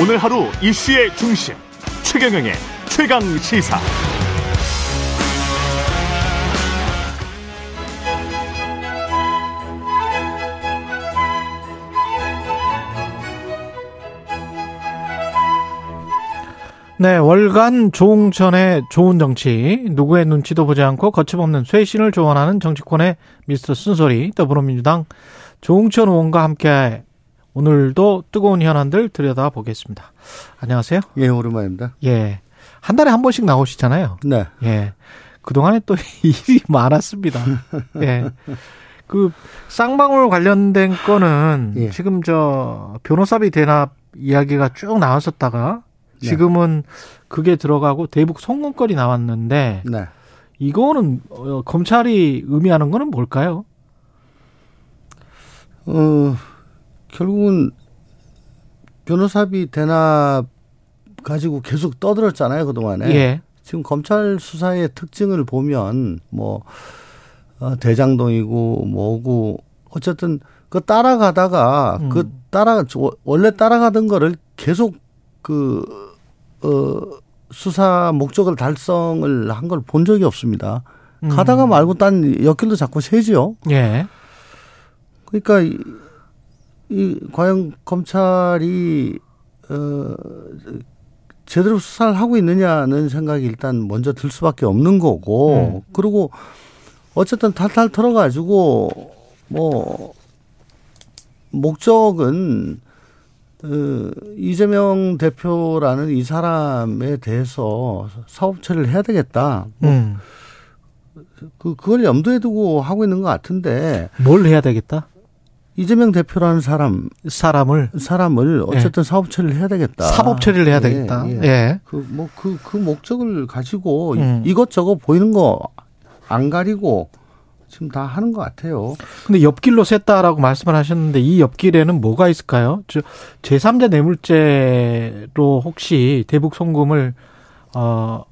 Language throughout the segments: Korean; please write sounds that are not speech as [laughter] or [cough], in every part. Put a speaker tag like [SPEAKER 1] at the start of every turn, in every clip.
[SPEAKER 1] 오늘 하루 이슈의 중심 최경영의 최강 시사.
[SPEAKER 2] 네, 월간 조홍천의 좋은 정치, 누구의 눈치도 보지 않고 거침없는 쇄신을 조언하는 정치권의 미스터 쓴소리, 더불어민주당 조홍천 의원과 함께 오늘도 뜨거운 현안들 들여다보겠습니다. 안녕하세요.
[SPEAKER 3] 예, 오랜만입니다.
[SPEAKER 2] 예. 한 달에 한 번씩 나오시잖아요.
[SPEAKER 3] 네.
[SPEAKER 2] 예. 그동안에 또 [laughs] 일이 많았습니다. 예. 그 쌍방울 관련된 건은
[SPEAKER 3] 예.
[SPEAKER 2] 지금 저 변호사비 대납 이야기가 쭉 나왔었다가
[SPEAKER 3] 네.
[SPEAKER 2] 지금은 그게 들어가고 대북 송금거리 나왔는데
[SPEAKER 3] 네.
[SPEAKER 2] 이거는 어, 검찰이 의미하는 거는 뭘까요?
[SPEAKER 3] 어, 결국은 변호사비 대납 가지고 계속 떠들었잖아요, 그동안에.
[SPEAKER 2] 예.
[SPEAKER 3] 지금 검찰 수사의 특징을 보면 뭐 어, 대장동이고 뭐고 어쨌든 그 따라가다가
[SPEAKER 2] 음.
[SPEAKER 3] 그 따라 원래 따라가던 거를 계속 그 어, 수사 목적을 달성을 한 걸 본 적이 없습니다.
[SPEAKER 2] 음.
[SPEAKER 3] 가다가 말고 딴 옆길도 자꾸 새지요.
[SPEAKER 2] 예.
[SPEAKER 3] 그러니까 이, 이 과연 검찰이 어 제대로 수사를 하고 있느냐는 생각이 일단 먼저 들 수밖에 없는 거고 그리고 어쨌든 탈탈 털어가지고 뭐 목적은 어, 이재명 대표라는 이 사람에 대해서 사업체를 해야 되겠다.
[SPEAKER 2] 음.
[SPEAKER 3] 그 그걸 염두에 두고 하고 있는 것 같은데
[SPEAKER 2] 뭘 해야 되겠다?
[SPEAKER 3] 이재명 대표라는 사람
[SPEAKER 2] 사람을
[SPEAKER 3] 사람을 어쨌든 사업 처리를 해야 되겠다.
[SPEAKER 2] 예. 사법 처리를 해야
[SPEAKER 3] 예,
[SPEAKER 2] 되겠다. 예.
[SPEAKER 3] 예. 그 뭐 그 그 목적을 가지고
[SPEAKER 2] 음.
[SPEAKER 3] 이것저것 보이는 거 안 가리고 지금 다 하는 것 같아요.
[SPEAKER 2] 근데 옆길로 샜다라고 말씀을 하셨는데 이 옆길에는 뭐가 있을까요? 저 제3자 뇌물죄로 혹시 대북 송금을 어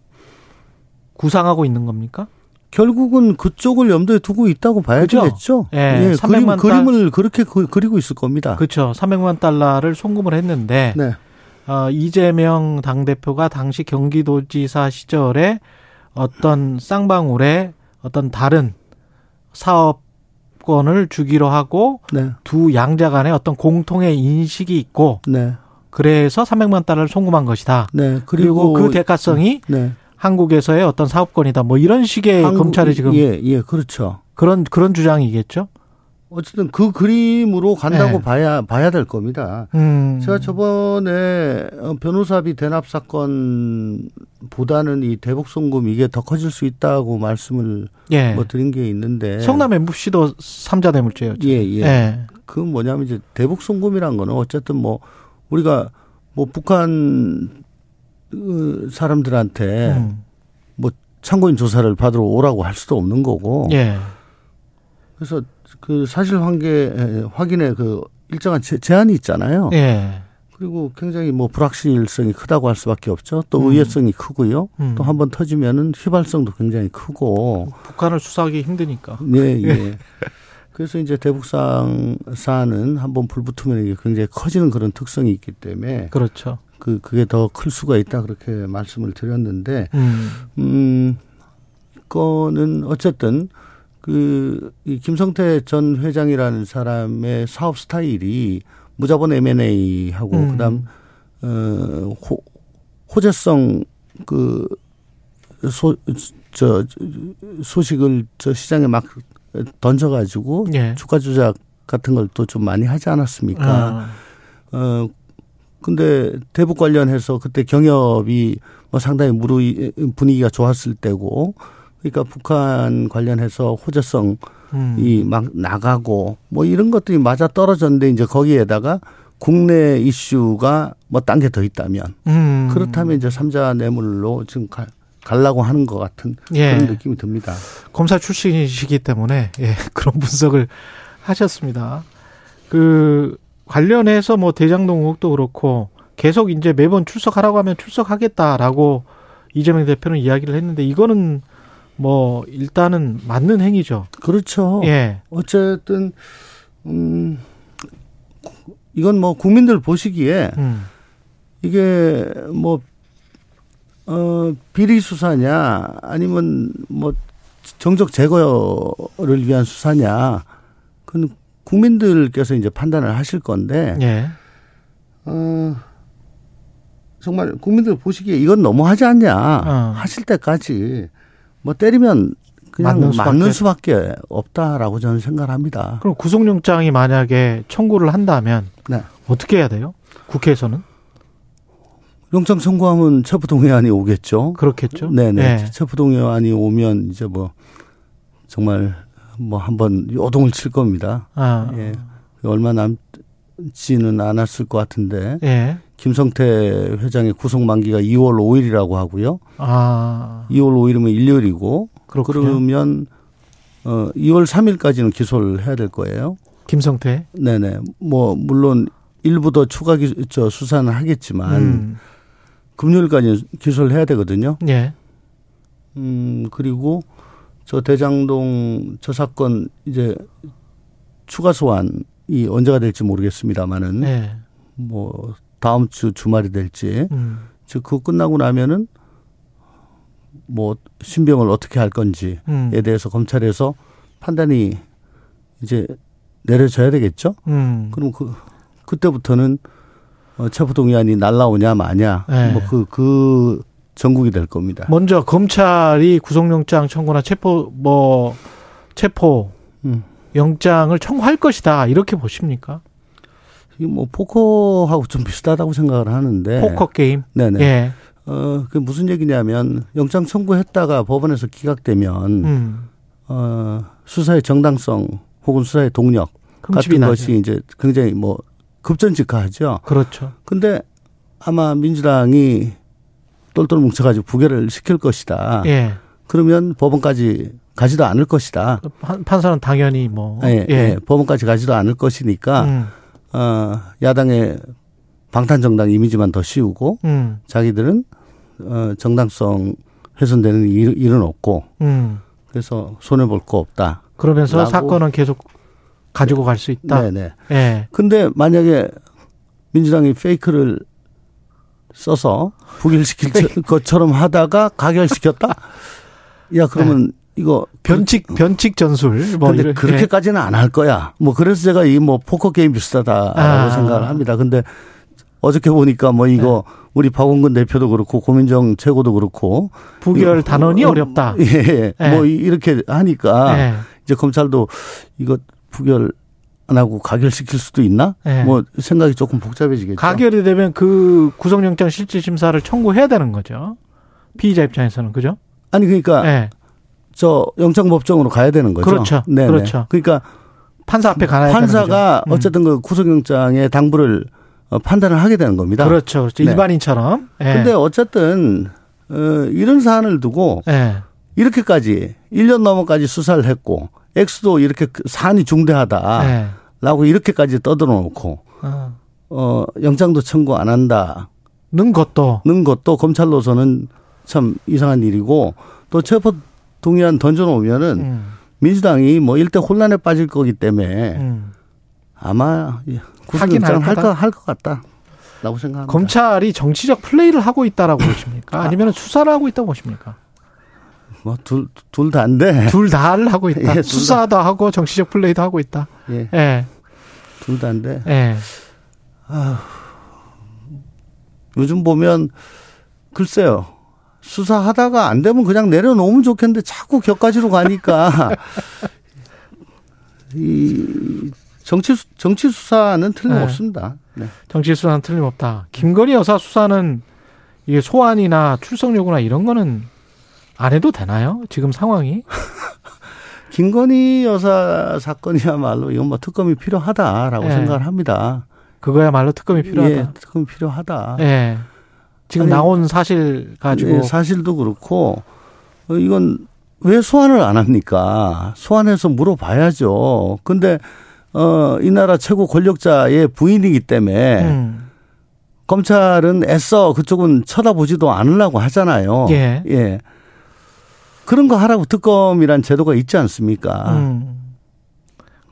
[SPEAKER 2] 구상하고 있는 겁니까?
[SPEAKER 3] 결국은 그쪽을 염두에 두고 있다고 봐야겠죠.
[SPEAKER 2] 예,
[SPEAKER 3] 예,
[SPEAKER 2] 300만
[SPEAKER 3] 그림,
[SPEAKER 2] 달-
[SPEAKER 3] 그림을 그렇게 그, 그리고 있을 겁니다.
[SPEAKER 2] 그렇죠. 예. 300만 달러를 송금을 했는데
[SPEAKER 3] 네,
[SPEAKER 2] 어 이재명 당 대표가 당시 경기도지사 시절에 어떤 쌍방울의 어떤 다른 사업권을 주기로 하고
[SPEAKER 3] 네,
[SPEAKER 2] 두 양자 간에 어떤 공통의 인식이 있고
[SPEAKER 3] 네,
[SPEAKER 2] 그래서 300만 달러를 송금한 것이다.
[SPEAKER 3] 네.
[SPEAKER 2] 그리고,
[SPEAKER 3] 그리고,
[SPEAKER 2] 그 대가성이
[SPEAKER 3] 네,
[SPEAKER 2] 한국에서의 어떤 사업권이다. 뭐 이런 식의
[SPEAKER 3] 한국-
[SPEAKER 2] 검찰이 지금
[SPEAKER 3] 예, 예, 그렇죠.
[SPEAKER 2] 그런 그런 주장이겠죠.
[SPEAKER 3] 어쨌든 그 그림으로 간다고
[SPEAKER 2] 네.
[SPEAKER 3] 봐야 봐야 될 겁니다.
[SPEAKER 2] 음.
[SPEAKER 3] 제가 저번에 어, 변호사비 대납 사건보다는 이 대북 송금 이게 더 커질 수 있다고 말씀을
[SPEAKER 2] 예.
[SPEAKER 3] 뭐 드린 게 있는데
[SPEAKER 2] 성남 MFC도 삼자 대물죄였죠.
[SPEAKER 3] 예예
[SPEAKER 2] 예.
[SPEAKER 3] 그 뭐냐면 이제 대북 송금이란 거는 어쨌든 뭐 우리가 뭐 북한 그 사람들한테
[SPEAKER 2] 음.
[SPEAKER 3] 참고인 조사를 받으러 오라고 할 수도 없는 거고
[SPEAKER 2] 예.
[SPEAKER 3] 그래서 그 사실 관계 확인에 그 일정한 제, 제한이 있잖아요.
[SPEAKER 2] 예.
[SPEAKER 3] 그리고 굉장히 뭐 불확실성이 크다고 할 수밖에 없죠. 또
[SPEAKER 2] 음.
[SPEAKER 3] 의외성이 크고요.
[SPEAKER 2] 음.
[SPEAKER 3] 또 한 번 터지면은 휘발성도 굉장히 크고
[SPEAKER 2] 북한을 수사하기 힘드니까. [laughs]
[SPEAKER 3] 네, 예. 그래서 이제 대북상 사안은 한 번 불붙으면 이게 굉장히 커지는 그런 특성이 있기 때문에
[SPEAKER 2] 그렇죠.
[SPEAKER 3] 그 그게 더 클 수가 있다 그렇게 말씀을 드렸는데
[SPEAKER 2] 음.
[SPEAKER 3] 음 거는 어쨌든 그이 김성태 전 회장이라는 사람의 사업 스타일이 무자본 M&A 하고
[SPEAKER 2] 음.
[SPEAKER 3] 그다음 어 호, 호재성 그 그소저 소식을 저 시장에 막 던져가지고
[SPEAKER 2] 예.
[SPEAKER 3] 주가 조작 같은 걸 또 좀 많이 하지 않았습니까?
[SPEAKER 2] 아,
[SPEAKER 3] 어 근데 대북 관련해서 그때 경협이 뭐 상당히 무르 분위기가 좋았을 때고 그러니까 북한 관련해서 호재성이
[SPEAKER 2] 음.
[SPEAKER 3] 막 나가고 뭐 이런 것들이 맞아 떨어졌는데 이제 거기에다가 국내 이슈가 뭐 딴 게 더 있다면
[SPEAKER 2] 음.
[SPEAKER 3] 그렇다면 이제 삼자 뇌물로 지금 가, 가려고 하는 것 같은
[SPEAKER 2] 예.
[SPEAKER 3] 그런 느낌이 듭니다.
[SPEAKER 2] 검사 출신이시기 때문에 예, [laughs] 그런 분석을 하셨습니다. 그 관련해서 뭐 대장동 의혹도 그렇고 계속 이제 매번 출석하라고 하면 출석하겠다라고 이재명 대표는 이야기를 했는데 이거는 뭐 일단은 맞는 행위죠.
[SPEAKER 3] 그렇죠.
[SPEAKER 2] 예.
[SPEAKER 3] 어쨌든 음 이건 뭐 국민들 보시기에
[SPEAKER 2] 음.
[SPEAKER 3] 이게 뭐, 어, 비리 수사냐, 아니면 뭐, 정적 제거를 위한 수사냐, 그건 국민들께서 이제 판단을 하실 건데,
[SPEAKER 2] 예.
[SPEAKER 3] 어, 정말 국민들 보시기에 이건 너무하지 않냐
[SPEAKER 2] 어.
[SPEAKER 3] 하실 때까지 뭐 때리면 그냥
[SPEAKER 2] 맞는
[SPEAKER 3] 맞는
[SPEAKER 2] 수밖에-
[SPEAKER 3] 수밖에, 없다라고 저는 생각합니다.
[SPEAKER 2] 그럼 구속영장이 만약에 청구를 한다면
[SPEAKER 3] 네.
[SPEAKER 2] 어떻게 해야 돼요? 국회에서는
[SPEAKER 3] 영장 청구하면 체포동의안이 오겠죠.
[SPEAKER 2] 그렇겠죠.
[SPEAKER 3] 네네.
[SPEAKER 2] 예.
[SPEAKER 3] 체포동의안이 오면 이제 뭐 정말 뭐 한번 요동을 칠 겁니다.
[SPEAKER 2] 아,
[SPEAKER 3] 예. 얼마 남지는 않았을 것 같은데
[SPEAKER 2] 예.
[SPEAKER 3] 김성태 회장의 구속 만기가 2월 5일이라고 하고요.
[SPEAKER 2] 아,
[SPEAKER 3] 2월 5일이면 일요일이고
[SPEAKER 2] 그렇군요.
[SPEAKER 3] 그러면 어 2월 3일까지는 기소를 해야 될 거예요.
[SPEAKER 2] 김성태.
[SPEAKER 3] 네네. 뭐 물론 일부 더 추가 기, 저 수사는 하겠지만
[SPEAKER 2] 음.
[SPEAKER 3] 금요일까지 기소를 해야 되거든요.
[SPEAKER 2] 예.
[SPEAKER 3] 음 그리고 저 대장동 저 사건 이제 추가 소환이 언제가 될지 모르겠습니다만은
[SPEAKER 2] 예.
[SPEAKER 3] 뭐 다음 주 주말이 될지
[SPEAKER 2] 음.
[SPEAKER 3] 즉 그거 끝나고 나면은 뭐 신병을 어떻게 할 건지
[SPEAKER 2] 음.
[SPEAKER 3] 에 대해서 검찰에서 판단이 이제 내려져야 되겠죠.
[SPEAKER 2] 음.
[SPEAKER 3] 그럼 그 그때부터는 어, 체포동의안이 날라오냐 마냐
[SPEAKER 2] 네.
[SPEAKER 3] 뭐 그 그 전국이 될 겁니다.
[SPEAKER 2] 먼저 검찰이 구속영장 청구나 체포 뭐 체포
[SPEAKER 3] 음.
[SPEAKER 2] 영장을 청구할 것이다 이렇게 보십니까?
[SPEAKER 3] 이뭐 포커하고 좀 비슷하다고 생각을 하는데.
[SPEAKER 2] 포커 게임.
[SPEAKER 3] 네. 네네.
[SPEAKER 2] 예.
[SPEAKER 3] 어, 그 무슨 얘기냐면 영장 청구했다가 법원에서 기각되면
[SPEAKER 2] 음.
[SPEAKER 3] 어, 수사의 정당성 혹은 수사의 동력
[SPEAKER 2] 흠집이
[SPEAKER 3] 같은
[SPEAKER 2] 나죠.
[SPEAKER 3] 것이 이제 굉장히 뭐 급전직하하죠.
[SPEAKER 2] 그렇죠.
[SPEAKER 3] 근데 아마 민주당이 똘똘 뭉쳐가지고 부결을 시킬 것이다.
[SPEAKER 2] 예.
[SPEAKER 3] 그러면 법원까지 가지도 않을 것이다.
[SPEAKER 2] 판- 판사는 당연히 뭐.
[SPEAKER 3] 예, 예, 아. 법원까지 가지도 않을 것이니까
[SPEAKER 2] 음.
[SPEAKER 3] 어, 야당의 방탄 정당 이미지만 더 씌우고
[SPEAKER 2] 음.
[SPEAKER 3] 자기들은 어, 정당성 훼손되는 일, 일은 없고
[SPEAKER 2] 음.
[SPEAKER 3] 그래서 손해 볼 거 없다.
[SPEAKER 2] 그러면서
[SPEAKER 3] 라고.
[SPEAKER 2] 사건은 계속 가지고 갈 수 있다.
[SPEAKER 3] 네네.
[SPEAKER 2] 예.
[SPEAKER 3] 근데 만약에 민주당이 페이크를 써서 부결시킬 저- 것처럼 하다가
[SPEAKER 2] [laughs]
[SPEAKER 3] 가결시켰다? 야, 그러면 이거.
[SPEAKER 2] 네. 변칙 변칙 전술 뭐
[SPEAKER 3] 근데
[SPEAKER 2] 이런- 예.
[SPEAKER 3] 그렇게까지는 안 할 거야. 뭐 그래서 제가 이 뭐 포커 게임 비슷하다라고
[SPEAKER 2] 아.
[SPEAKER 3] 생각을 합니다. 근데 어저께 보니까 뭐 이거
[SPEAKER 2] 네.
[SPEAKER 3] 우리 박원근 대표도 그렇고 고민정 최고도 그렇고
[SPEAKER 2] 부결
[SPEAKER 3] 이거-
[SPEAKER 2] 단원이
[SPEAKER 3] 어,
[SPEAKER 2] 어렵다.
[SPEAKER 3] 예,
[SPEAKER 2] 예.
[SPEAKER 3] 뭐 이- 이렇게 하니까
[SPEAKER 2] 예.
[SPEAKER 3] 이제 검찰도 이거 부결 안 하고 가결시킬 수도 있나?
[SPEAKER 2] 예.
[SPEAKER 3] 뭐 생각이 조금 복잡해지겠죠.
[SPEAKER 2] 가결이 되면 그 구속영장 실질 심사를 청구해야 되는 거죠. 피의자 입장에서는 그죠?
[SPEAKER 3] 아니 그러니까
[SPEAKER 2] 예.
[SPEAKER 3] 저 영장 법정으로 가야 되는 거죠.
[SPEAKER 2] 그렇죠.
[SPEAKER 3] 네네.
[SPEAKER 2] 그렇죠.
[SPEAKER 3] 그러니까
[SPEAKER 2] 판사 앞에 가야 되는 거죠.
[SPEAKER 3] 판사가
[SPEAKER 2] 음.
[SPEAKER 3] 어쨌든 그 구속영장의 당부를 어, 판단을 하게 되는 겁니다.
[SPEAKER 2] 그렇죠, 그렇죠.
[SPEAKER 3] 네.
[SPEAKER 2] 일반인처럼. 예.
[SPEAKER 3] 근데 어쨌든 어, 이런 사안을 두고
[SPEAKER 2] 예.
[SPEAKER 3] 이렇게까지 1년 넘어까지 수사를 했고 X도 이렇게 그 사안이 중대하다라고
[SPEAKER 2] 예.
[SPEAKER 3] 이렇게까지 떠들어놓고
[SPEAKER 2] 어.
[SPEAKER 3] 어, 영장도 청구 안 한다.
[SPEAKER 2] 는 것도
[SPEAKER 3] 는 것도 검찰로서는 참 이상한 일이고 또 체포 동의안 던져놓으면은
[SPEAKER 2] 음.
[SPEAKER 3] 민주당이 뭐 일대 혼란에 빠질 거기 때문에
[SPEAKER 2] 음.
[SPEAKER 3] 아마 예,
[SPEAKER 2] 하긴 할
[SPEAKER 3] 구속영장
[SPEAKER 2] 거다.
[SPEAKER 3] 할까 할 것 같다라고 생각합니다.
[SPEAKER 2] 검찰이 정치적 플레이를 하고 있다라고 보십니까? 아니면 수사를 하고 있다고 보십니까?
[SPEAKER 3] 뭐둘둘 다인데
[SPEAKER 2] 둘 다를 하고
[SPEAKER 3] 예,
[SPEAKER 2] 있다.
[SPEAKER 3] 둘 다.
[SPEAKER 2] 수사도 하고 정치적 플레이도 하고 있다.
[SPEAKER 3] 예,
[SPEAKER 2] 예.
[SPEAKER 3] 둘 다인데
[SPEAKER 2] 예.
[SPEAKER 3] 요즘 보면 글쎄요 수사하다가 안 되면 그냥 내려놓으면 좋겠는데 자꾸 격가지로 가니까 [laughs] 이 정치 수- 정치 수사는 틀림없습니다. 네.
[SPEAKER 2] 정치 수사는 틀림없다. 김건희 여사 수사는 이게 소환이나 출석 요구나 이런 거는 안 해도 되나요? 지금 상황이?
[SPEAKER 3] 김건희 여사 사건이야말로 이건 뭐 특검이 필요하다라고
[SPEAKER 2] 예.
[SPEAKER 3] 생각을 합니다.
[SPEAKER 2] 그거야말로 특검이
[SPEAKER 3] 예,
[SPEAKER 2] 필요하다.
[SPEAKER 3] 특검이 필요하다.
[SPEAKER 2] 예. 지금
[SPEAKER 3] 아니,
[SPEAKER 2] 나온 사실 가지고
[SPEAKER 3] 예, 사실도 그렇고 어, 이건 왜 소환을 안 합니까? 소환해서 물어봐야죠. 근데 어, 이 나라 최고 권력자의 부인이기 때문에
[SPEAKER 2] 음,
[SPEAKER 3] 검찰은 애써 그쪽은 쳐다보지도 않으려고 하잖아요.
[SPEAKER 2] 예.
[SPEAKER 3] 그런 거 하라고 특검이란 제도가 있지 않습니까?
[SPEAKER 2] 음.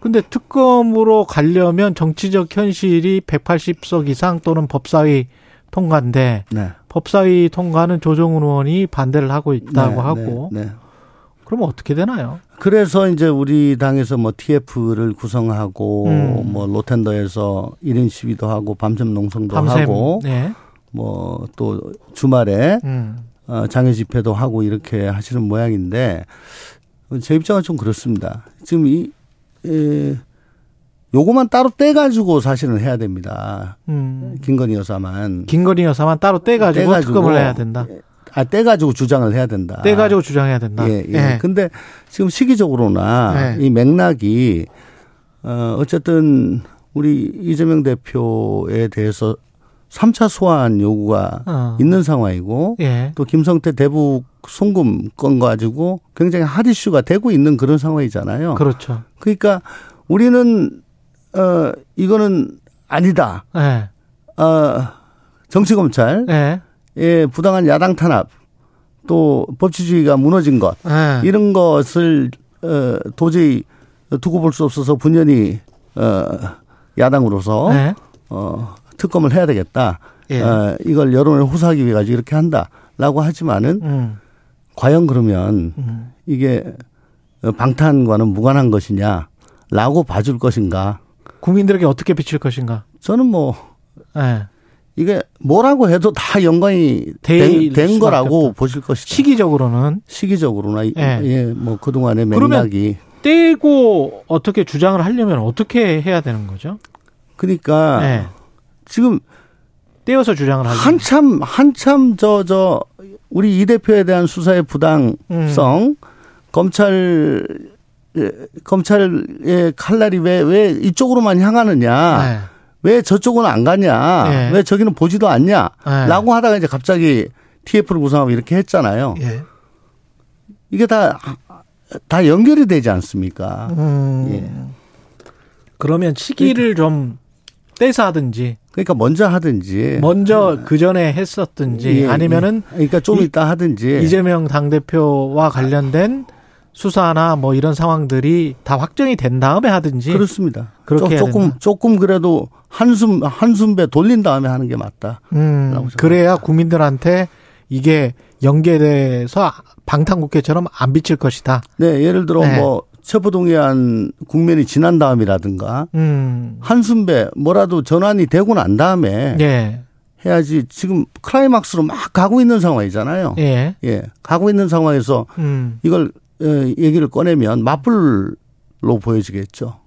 [SPEAKER 2] 근데 특검으로 가려면 정치적 현실이 180석 이상 또는 법사위 통과인데
[SPEAKER 3] 네.
[SPEAKER 2] 법사위 통과는 조정훈 의원이 반대를 하고 있다고
[SPEAKER 3] 네,
[SPEAKER 2] 하고
[SPEAKER 3] 네, 네.
[SPEAKER 2] 그러면 어떻게 되나요?
[SPEAKER 3] 그래서 이제 우리 당에서 뭐 TF를 구성하고
[SPEAKER 2] 음.
[SPEAKER 3] 뭐 로텐더에서 1인 시위도 하고 밤샘 농성도
[SPEAKER 2] 밤샘.
[SPEAKER 3] 하고
[SPEAKER 2] 네.
[SPEAKER 3] 뭐 또 주말에
[SPEAKER 2] 음.
[SPEAKER 3] 어, 장애 집회도 하고 이렇게 하시는 모양인데 제 입장은 좀 그렇습니다. 지금 이 에, 요거만 따로 떼 가지고 사실은 해야 됩니다.
[SPEAKER 2] 음.
[SPEAKER 3] 김건희 여사만
[SPEAKER 2] 김건희 여사만 따로 떼가지고,
[SPEAKER 3] 떼가지고.
[SPEAKER 2] 특검을 해야 된다.
[SPEAKER 3] 아떼 가지고 주장을 해야 된다.
[SPEAKER 2] 떼가지고 주장해야 된다.
[SPEAKER 3] 예, 예. 근데 지금 시기적으로나
[SPEAKER 2] 예.
[SPEAKER 3] 이 맥락이 어 어쨌든 우리 이재명 대표에 대해서 3차 소환 요구가
[SPEAKER 2] 어.
[SPEAKER 3] 있는 상황이고
[SPEAKER 2] 예.
[SPEAKER 3] 또그 김성태 대북 송금 건 가지고 굉장히 핫 이슈가 되고 있는 그런 상황이잖아요.
[SPEAKER 2] 그렇죠.
[SPEAKER 3] 그러니까 우리는 어 이거는 아니다.
[SPEAKER 2] 예.
[SPEAKER 3] 어 정치 검찰
[SPEAKER 2] 예.
[SPEAKER 3] 예, 부당한 야당 탄압 또 법치주의가 무너진 것
[SPEAKER 2] 예.
[SPEAKER 3] 이런 것을 어, 도저히 두고 볼 수 없어서 분연히 어, 야당으로서
[SPEAKER 2] 예.
[SPEAKER 3] 어, 특검을 해야 되겠다.
[SPEAKER 2] 예.
[SPEAKER 3] 어, 이걸 여론을 호소하기 위해 가지고 이렇게 한다라고 하지만은
[SPEAKER 2] 음.
[SPEAKER 3] 과연 그러면
[SPEAKER 2] 음.
[SPEAKER 3] 이게 방탄과는 무관한 것이냐라고 봐줄 것인가?
[SPEAKER 2] 국민들에게 어떻게 비칠 것인가.
[SPEAKER 3] 저는 뭐
[SPEAKER 2] 예.
[SPEAKER 3] 이게 뭐라고 해도 다 연관이
[SPEAKER 2] 될
[SPEAKER 3] 된, 된
[SPEAKER 2] 수밖에
[SPEAKER 3] 거라고
[SPEAKER 2] 없다.
[SPEAKER 3] 보실 것이다.
[SPEAKER 2] 시기적으로는
[SPEAKER 3] 시기적으로나 이-
[SPEAKER 2] 예.
[SPEAKER 3] 예, 뭐 그동안의
[SPEAKER 2] 그러면-
[SPEAKER 3] 맥락이
[SPEAKER 2] 떼고 어떻게 주장을 하려면 어떻게 해야 되는 거죠?
[SPEAKER 3] 그러니까
[SPEAKER 2] 예.
[SPEAKER 3] 지금
[SPEAKER 2] 떼어서 주장을 하려면.
[SPEAKER 3] 한참 한참 저 저 우리 이 대표에 대한 수사의
[SPEAKER 2] 음.
[SPEAKER 3] 부당성 검찰 예, 검찰의 칼날이 왜 왜 이쪽으로만 향하느냐
[SPEAKER 2] 예.
[SPEAKER 3] 왜 저쪽은 안 가냐
[SPEAKER 2] 예.
[SPEAKER 3] 왜 저기는 보지도
[SPEAKER 2] 예.
[SPEAKER 3] 않냐라고 하다가 이제 갑자기 TF를 구성하고 이렇게 했잖아요
[SPEAKER 2] 예.
[SPEAKER 3] 이게 다 다 연결이 되지 않습니까
[SPEAKER 2] 음. 그러면 시기를 좀 떼서 하든지
[SPEAKER 3] 그러니까 먼저 하든지
[SPEAKER 2] 먼저 그 전에 했었든지
[SPEAKER 3] 예,
[SPEAKER 2] 아니면은
[SPEAKER 3] 예. 그러니까 좀
[SPEAKER 2] 이-
[SPEAKER 3] 이따 하든지
[SPEAKER 2] 이재명 당대표와 관련된 수사나 뭐 이런 상황들이 다 확정이 된 다음에 하든지
[SPEAKER 3] 그렇습니다.
[SPEAKER 2] 그렇게
[SPEAKER 3] 조-
[SPEAKER 2] 해야
[SPEAKER 3] 조금
[SPEAKER 2] 된다.
[SPEAKER 3] 조금 그래도 한숨 한숨배 돌린 다음에 하는 게 맞다.
[SPEAKER 2] 음,
[SPEAKER 3] 라고 생각합니다.
[SPEAKER 2] 그래야 국민들한테 이게 연계돼서 방탄국회처럼 안 비칠 것이다.
[SPEAKER 3] 네, 예를 들어
[SPEAKER 2] 네.
[SPEAKER 3] 뭐 체포동의안 국면이 지난 다음이라든가
[SPEAKER 2] 음,
[SPEAKER 3] 한숨배 뭐라도 전환이 되고 난 다음에
[SPEAKER 2] 예,
[SPEAKER 3] 해야지 지금 클라이막스로 막 가고 있는 상황이잖아요.
[SPEAKER 2] 예,
[SPEAKER 3] 예, 가고 있는 상황에서
[SPEAKER 2] 음,
[SPEAKER 3] 이걸 어, 얘기를 꺼내면 맞불로 보여지겠죠.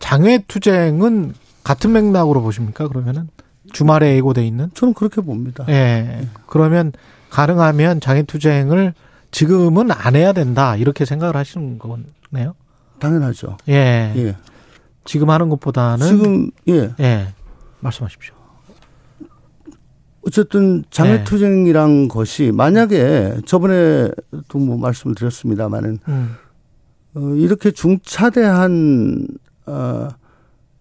[SPEAKER 2] 장외투쟁은 같은 맥락으로 보십니까? 그러면은 주말에 예고돼 있는.
[SPEAKER 3] 저는 그렇게 봅니다.
[SPEAKER 2] 예. 그러면 가능하면 장애투쟁을 지금은 안 해야 된다 이렇게 생각을 하시는 거네요.
[SPEAKER 3] 당연하죠.
[SPEAKER 2] 예.
[SPEAKER 3] 예.
[SPEAKER 2] 지금 하는 것보다는
[SPEAKER 3] 지금 예,
[SPEAKER 2] 예. 말씀하십시오.
[SPEAKER 3] 어쨌든 장애투쟁이란
[SPEAKER 2] 예.
[SPEAKER 3] 것이 만약에 저번에도 뭐 말씀을 드렸습니다만은
[SPEAKER 2] 음.
[SPEAKER 3] 어, 이렇게 중차대한 어,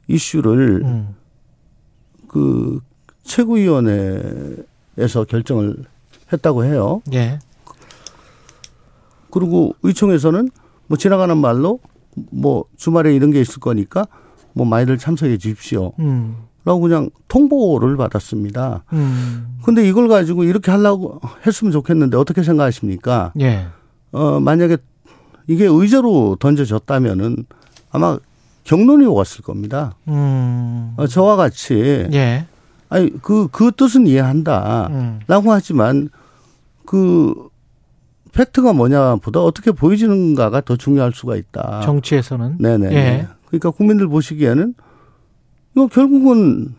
[SPEAKER 3] 이슈를
[SPEAKER 2] 음.
[SPEAKER 3] 그 최고위원회에서 결정을 했다고 해요.
[SPEAKER 2] 예.
[SPEAKER 3] 그리고 의총에서는 뭐 지나가는 말로 뭐 주말에 이런 게 있을 거니까 뭐 많이들 참석해 주십시오라고
[SPEAKER 2] 음.
[SPEAKER 3] 그냥 통보를 받았습니다.
[SPEAKER 2] 음.
[SPEAKER 3] 근데 이걸 가지고 이렇게 하려고 했으면 좋겠는데 어떻게 생각하십니까?
[SPEAKER 2] 예.
[SPEAKER 3] 어, 만약에 이게 의제로 던져졌다면은 아마 경론이 왔을 겁니다.
[SPEAKER 2] 음.
[SPEAKER 3] 어, 저와 같이
[SPEAKER 2] 예.
[SPEAKER 3] 아니 그 그 뜻은 이해한다라고
[SPEAKER 2] 음.
[SPEAKER 3] 하지만 그 팩트가 뭐냐보다 어떻게 보여지는가가 더 중요할 수가 있다.
[SPEAKER 2] 정치에서는
[SPEAKER 3] 아. 네네.
[SPEAKER 2] 예.
[SPEAKER 3] 그러니까 국민들 보시기에는 이거 결국은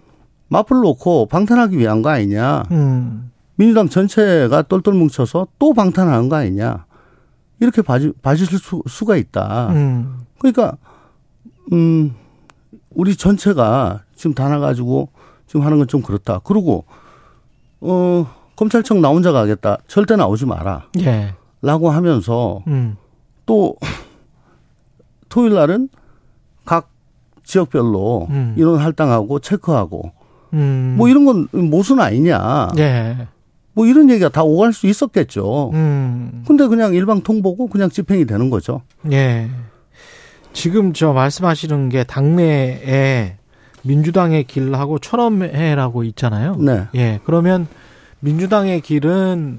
[SPEAKER 3] 마플 놓고 방탄하기 위한 거 아니냐.
[SPEAKER 2] 음.
[SPEAKER 3] 민주당 전체가 똘똘 뭉쳐서 또 방탄하는 거 아니냐. 이렇게 봐주, 봐주실 수, 수가 있다.
[SPEAKER 2] 음.
[SPEAKER 3] 그러니까, 음, 우리 전체가 지금 다 나가지고 지금 하는 건 좀 그렇다. 그리고, 어, 검찰청 나 혼자 가겠다. 절대 나오지 마라.
[SPEAKER 2] 예.
[SPEAKER 3] 라고 하면서
[SPEAKER 2] 음.
[SPEAKER 3] 또 토요일 날은 각 지역별로
[SPEAKER 2] 음.
[SPEAKER 3] 이런 할당하고 체크하고
[SPEAKER 2] 음.
[SPEAKER 3] 뭐 이런 건 모순 아니냐.
[SPEAKER 2] 예.
[SPEAKER 3] 뭐 이런 얘기가 다 오갈 수 있었겠죠.
[SPEAKER 2] 음.
[SPEAKER 3] 근데 그냥 일방 통보고 그냥 집행이 되는 거죠.
[SPEAKER 2] 예. 지금 저 말씀하시는 게 당내에 민주당의 길하고 철험해라고 있잖아요.
[SPEAKER 3] 네.
[SPEAKER 2] 예, 그러면 민주당의 길은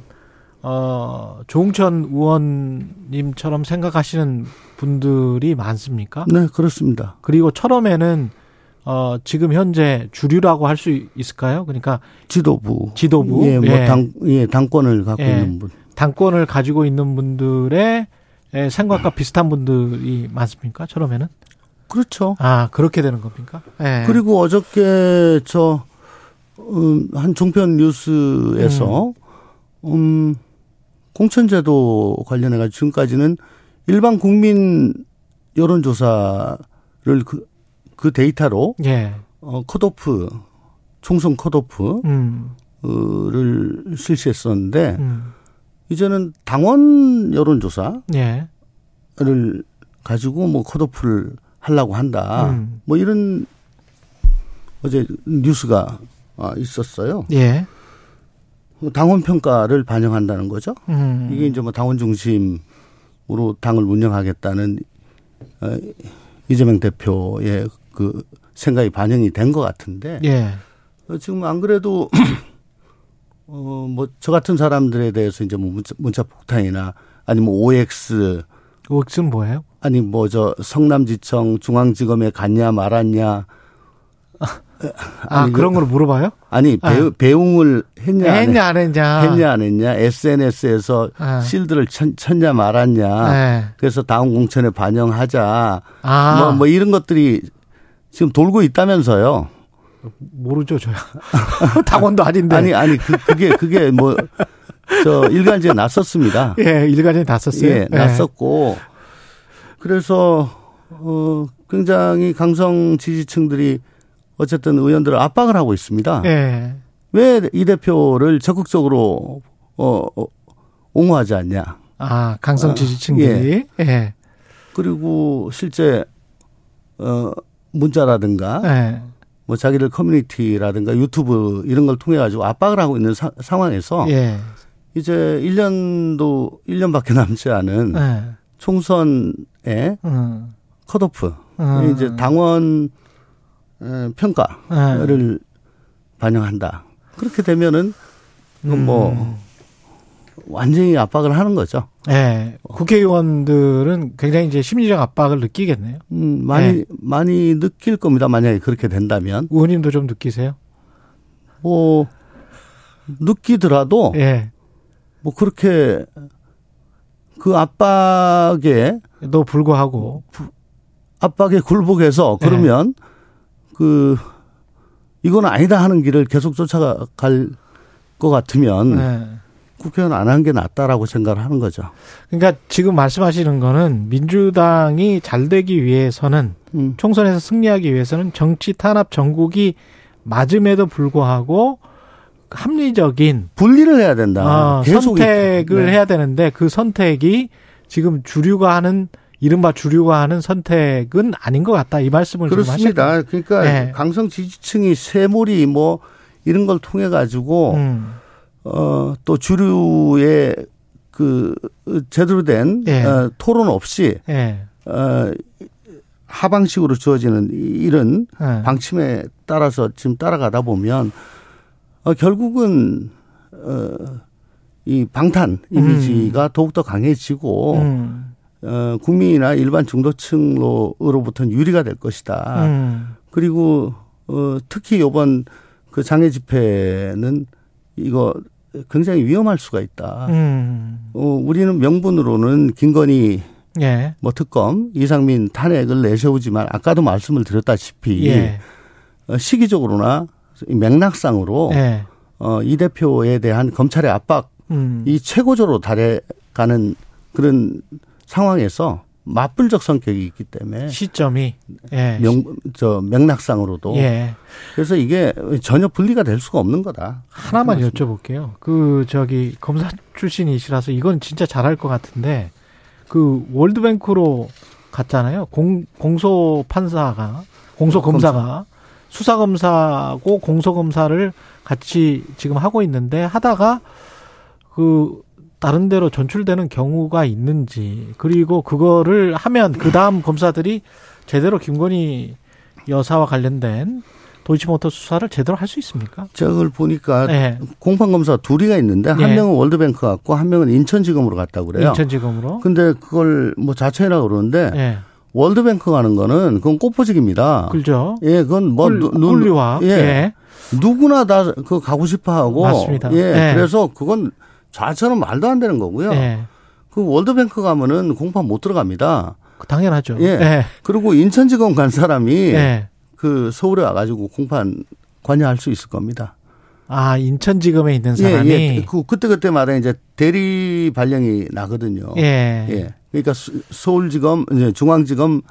[SPEAKER 2] 어 조홍천 의원님처럼 생각하시는 분들이 많습니까?
[SPEAKER 3] 네, 그렇습니다.
[SPEAKER 2] 그리고 철험에는 어 지금 현재 주류라고 할 수 있을까요? 그러니까
[SPEAKER 3] 지도부.
[SPEAKER 2] 지도부
[SPEAKER 3] 예, 뭐 당, 예, 당권을 갖고
[SPEAKER 2] 예.
[SPEAKER 3] 있는 분.
[SPEAKER 2] 당권을 가지고 있는 분들의 예, 생각과 비슷한 분들이 많습니까? 철험에는
[SPEAKER 3] 그렇죠.
[SPEAKER 2] 아 그렇게 되는 겁니까? 예.
[SPEAKER 3] 그리고 어저께 저, 음, 한 종편 뉴스에서, 음, 공천제도 관련해가지고 지금까지는 일반 국민 여론조사를 그, 그 데이터로,
[SPEAKER 2] 예,
[SPEAKER 3] 어, 컷오프, 총선 컷오프,
[SPEAKER 2] 음,
[SPEAKER 3] 를 실시했었는데,
[SPEAKER 2] 음,
[SPEAKER 3] 이제는 당원 여론조사,
[SPEAKER 2] 예,
[SPEAKER 3] 를 가지고 뭐 컷오프를 하려고 한다.
[SPEAKER 2] 음.
[SPEAKER 3] 뭐 이런 어제 뉴스가 아, 있었어요.
[SPEAKER 2] 예,
[SPEAKER 3] 당원 평가를 반영한다는 거죠.
[SPEAKER 2] 음,
[SPEAKER 3] 이게 이제 뭐 당원 중심으로 당을 운영하겠다는 어, 이재명 대표의 그 생각이 반영이 된 것 같은데
[SPEAKER 2] 예,
[SPEAKER 3] 어, 지금 안 그래도 [clears throat] 어 뭐 저 같은 사람들에 대해서 이제 뭐 문자, 문자 폭탄이나 아니면 OX
[SPEAKER 2] 옥슨 뭐예요?
[SPEAKER 3] 아니 뭐 저 성남지청 중앙지검에 갔냐 말았냐
[SPEAKER 2] 아,
[SPEAKER 3] 아니,
[SPEAKER 2] 그런 걸 물어봐요?
[SPEAKER 3] 아니 배,
[SPEAKER 2] 아. 네,
[SPEAKER 3] 배웅을 했냐 안
[SPEAKER 2] 했냐,
[SPEAKER 3] 했냐
[SPEAKER 2] 안 했냐.
[SPEAKER 3] 했냐 안 했냐 SNS에서
[SPEAKER 2] 아.
[SPEAKER 3] 실드를 쳤, 쳤냐 말았냐
[SPEAKER 2] 네.
[SPEAKER 3] 그래서 다음 공천에 반영하자
[SPEAKER 2] 아,
[SPEAKER 3] 뭐 뭐 이런 것들이 지금 돌고 있다면서요
[SPEAKER 2] 모르죠, 저야. [laughs] 당원도 아닌데.
[SPEAKER 3] 아니 아니 그, 그게 그게 뭐 저 일간지에 났었습니다
[SPEAKER 2] [laughs] 예, 일간이 다 썼어요.
[SPEAKER 3] 예, 났었고 그래서 어 굉장히 강성 지지층들이 어쨌든 의원들을 압박을 하고 있습니다.
[SPEAKER 2] 예.
[SPEAKER 3] 왜 이 대표를 적극적으로 어 어, 옹호하지 않냐?
[SPEAKER 2] 아, 강성 지지층들이. 예. 예.
[SPEAKER 3] 그리고 실제 어 문자라든가
[SPEAKER 2] 네. 예.
[SPEAKER 3] 뭐 자기들 커뮤니티라든가 유튜브 이런 걸 통해 가지고 압박을 하고 있는 사- 상황에서
[SPEAKER 2] 예.
[SPEAKER 3] 이제 1년도 1년밖에 [laughs] 남지 않은
[SPEAKER 2] 예.
[SPEAKER 3] 총선에
[SPEAKER 2] 음.
[SPEAKER 3] 컷오프
[SPEAKER 2] 음.
[SPEAKER 3] 이제 당원 어, 평가를
[SPEAKER 2] 예.
[SPEAKER 3] 반영한다. 그렇게 되면은
[SPEAKER 2] 음.
[SPEAKER 3] 뭐 완전히 압박을 하는 거죠.
[SPEAKER 2] 예. 국회의원들은 굉장히 이제 심리적 압박을 느끼겠네요.
[SPEAKER 3] 음, 많이
[SPEAKER 2] 네.
[SPEAKER 3] 많이 느낄 겁니다. 만약에 그렇게 된다면
[SPEAKER 2] 의원님도 좀 느끼세요?
[SPEAKER 3] 뭐 느끼더라도
[SPEAKER 2] 예.
[SPEAKER 3] 뭐 그렇게 그 압박에
[SPEAKER 2] 너 불구하고.
[SPEAKER 3] 압박에 굴복해서
[SPEAKER 2] 네.
[SPEAKER 3] 그러면 그 이건 아니다 하는 길을 계속 쫓아갈 것 같으면
[SPEAKER 2] 예.
[SPEAKER 3] 국회의원 안 한 게 낫다라고 생각을 하는 거죠.
[SPEAKER 2] 그러니까 지금 말씀하시는 거는 민주당이 잘 되기 위해서는
[SPEAKER 3] 음.
[SPEAKER 2] 총선에서 승리하기 위해서는 정치 탄압 전국이 맞음에도 불구하고 합리적인
[SPEAKER 3] 분리를 해야 된다.
[SPEAKER 2] 어,
[SPEAKER 3] 계속
[SPEAKER 2] 선택을
[SPEAKER 3] 이- 네.
[SPEAKER 2] 해야 되는데 그 선택이 지금 주류가 하는 이른바 주류가 하는 선택은 아닌 것 같다 이 말씀을 지금 하셨
[SPEAKER 3] 그렇습니다. 그러니까
[SPEAKER 2] 네.
[SPEAKER 3] 강성 지지층이 세몰이 뭐 이런 걸 통해 가지고
[SPEAKER 2] 음,
[SPEAKER 3] 어또 주류의 그 제대로 된
[SPEAKER 2] 예.
[SPEAKER 3] 어, 토론 없이
[SPEAKER 2] 예,
[SPEAKER 3] 어 하방식으로 주어지는 이- 이런
[SPEAKER 2] 예.
[SPEAKER 3] 방침에 따라서 지금 따라가다 보면 어, 결국은 어, 어이 방탄 이미지가 더욱더 강해지고
[SPEAKER 2] 음,
[SPEAKER 3] 어, 국민이나 일반 중도층으로부터는 유리가 될 것이다.
[SPEAKER 2] 음,
[SPEAKER 3] 그리고 어, 특히 이번 그 장애 집회는 이거 굉장히 위험할 수가 있다.
[SPEAKER 2] 음,
[SPEAKER 3] 어, 우리는 명분으로는 김건희
[SPEAKER 2] 예,
[SPEAKER 3] 뭐 특검, 이상민 탄핵을 내세우지만 아까도 말씀을 드렸다시피
[SPEAKER 2] 예,
[SPEAKER 3] 어, 시기적으로나 맥락상으로
[SPEAKER 2] 예,
[SPEAKER 3] 어, 이 대표에 대한 검찰의 압박
[SPEAKER 2] 음,
[SPEAKER 3] 이 최고조로 달해가는 그런 상황에서 맞불적 성격이 있기 때문에
[SPEAKER 2] 시점이 예,
[SPEAKER 3] 명, 저 맥락상으로도
[SPEAKER 2] 예.
[SPEAKER 3] 그래서 이게 전혀 분리가 될 수가 없는 거다.
[SPEAKER 2] 하나만 여쭤볼게요. 그 저기 검사 출신이시라서 이건 진짜 잘할 것 같은데 그 월드뱅크로 갔잖아요. 공 공소 판사가 공소 검사가 수사 검사고 공소 검사를 같이 지금 하고 있는데 하다가 그 다른 데로 전출되는 경우가 있는지 그리고 그거를 하면 그 다음 검사들이 제대로 김건희 여사와 관련된 도이치모터 수사를 제대로 할 수 있습니까?
[SPEAKER 3] 저걸 보니까
[SPEAKER 2] 예.
[SPEAKER 3] 공판 검사 둘이가 있는데 한
[SPEAKER 2] 예.
[SPEAKER 3] 명은 월드뱅크 갔고 한 명은 인천지검으로 갔다고 그래요.
[SPEAKER 2] 인천지검으로.
[SPEAKER 3] 근데 그걸 뭐 자체라 그러는데
[SPEAKER 2] 예.
[SPEAKER 3] 월드뱅크 가는 거는 그건 꽃보직입니다.
[SPEAKER 2] 그죠.
[SPEAKER 3] 예, 그건 뭐
[SPEAKER 2] 꿀-
[SPEAKER 3] 누- 누-
[SPEAKER 2] 꿀리와.
[SPEAKER 3] 예,
[SPEAKER 2] 예.
[SPEAKER 3] 누구나 다 그 가고 싶어 하고
[SPEAKER 2] 맞습니다.
[SPEAKER 3] 예,
[SPEAKER 2] 예.
[SPEAKER 3] 그래서 그건 좌처럼 말도 안 되는 거고요.
[SPEAKER 2] 예.
[SPEAKER 3] 그 월드뱅크 가면은 공판 못 들어갑니다.
[SPEAKER 2] 그 당연하죠.
[SPEAKER 3] 예. 그리고 인천지검 간 사람이
[SPEAKER 2] 예. 예.
[SPEAKER 3] 그 서울에 와가지고 공판 관여할 수 있을 겁니다.
[SPEAKER 2] 아, 인천지검에 있는 사람이
[SPEAKER 3] 예, 예. 그 그때 그때마다 이제 대리 발령이 나거든요.
[SPEAKER 2] 예.
[SPEAKER 3] 예. 그러니까 수- 서울지검, 이제 중앙지검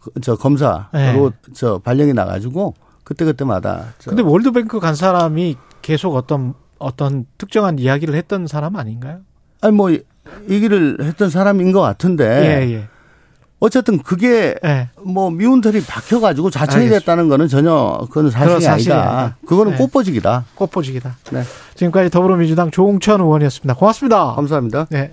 [SPEAKER 3] 그- 저 검사로 저 발령이 나가지고 그때 그때마다. 저
[SPEAKER 2] 예. 근데 월드뱅크 간 사람이 계속 어떤 어떤 특정한 이야기를 했던 사람 아닌가요?
[SPEAKER 3] 아니 뭐 얘기를 했던 사람인 것 같은데
[SPEAKER 2] 예,
[SPEAKER 3] 어쨌든 그게
[SPEAKER 2] 예. 예.
[SPEAKER 3] 뭐 미운털이 박혀가지고 자천이
[SPEAKER 2] 알겠습니다.
[SPEAKER 3] 됐다는 거는 전혀 그건
[SPEAKER 2] 그건
[SPEAKER 3] 사실이
[SPEAKER 2] 사실이
[SPEAKER 3] 아니다.
[SPEAKER 2] 아니다.
[SPEAKER 3] 그거는
[SPEAKER 2] 네.
[SPEAKER 3] 꽃보직이다.
[SPEAKER 2] 꽃보직이다.
[SPEAKER 3] 네.
[SPEAKER 2] 지금까지 더불어민주당 조홍천 의원이었습니다. 고맙습니다.
[SPEAKER 3] 감사합니다.
[SPEAKER 2] 네.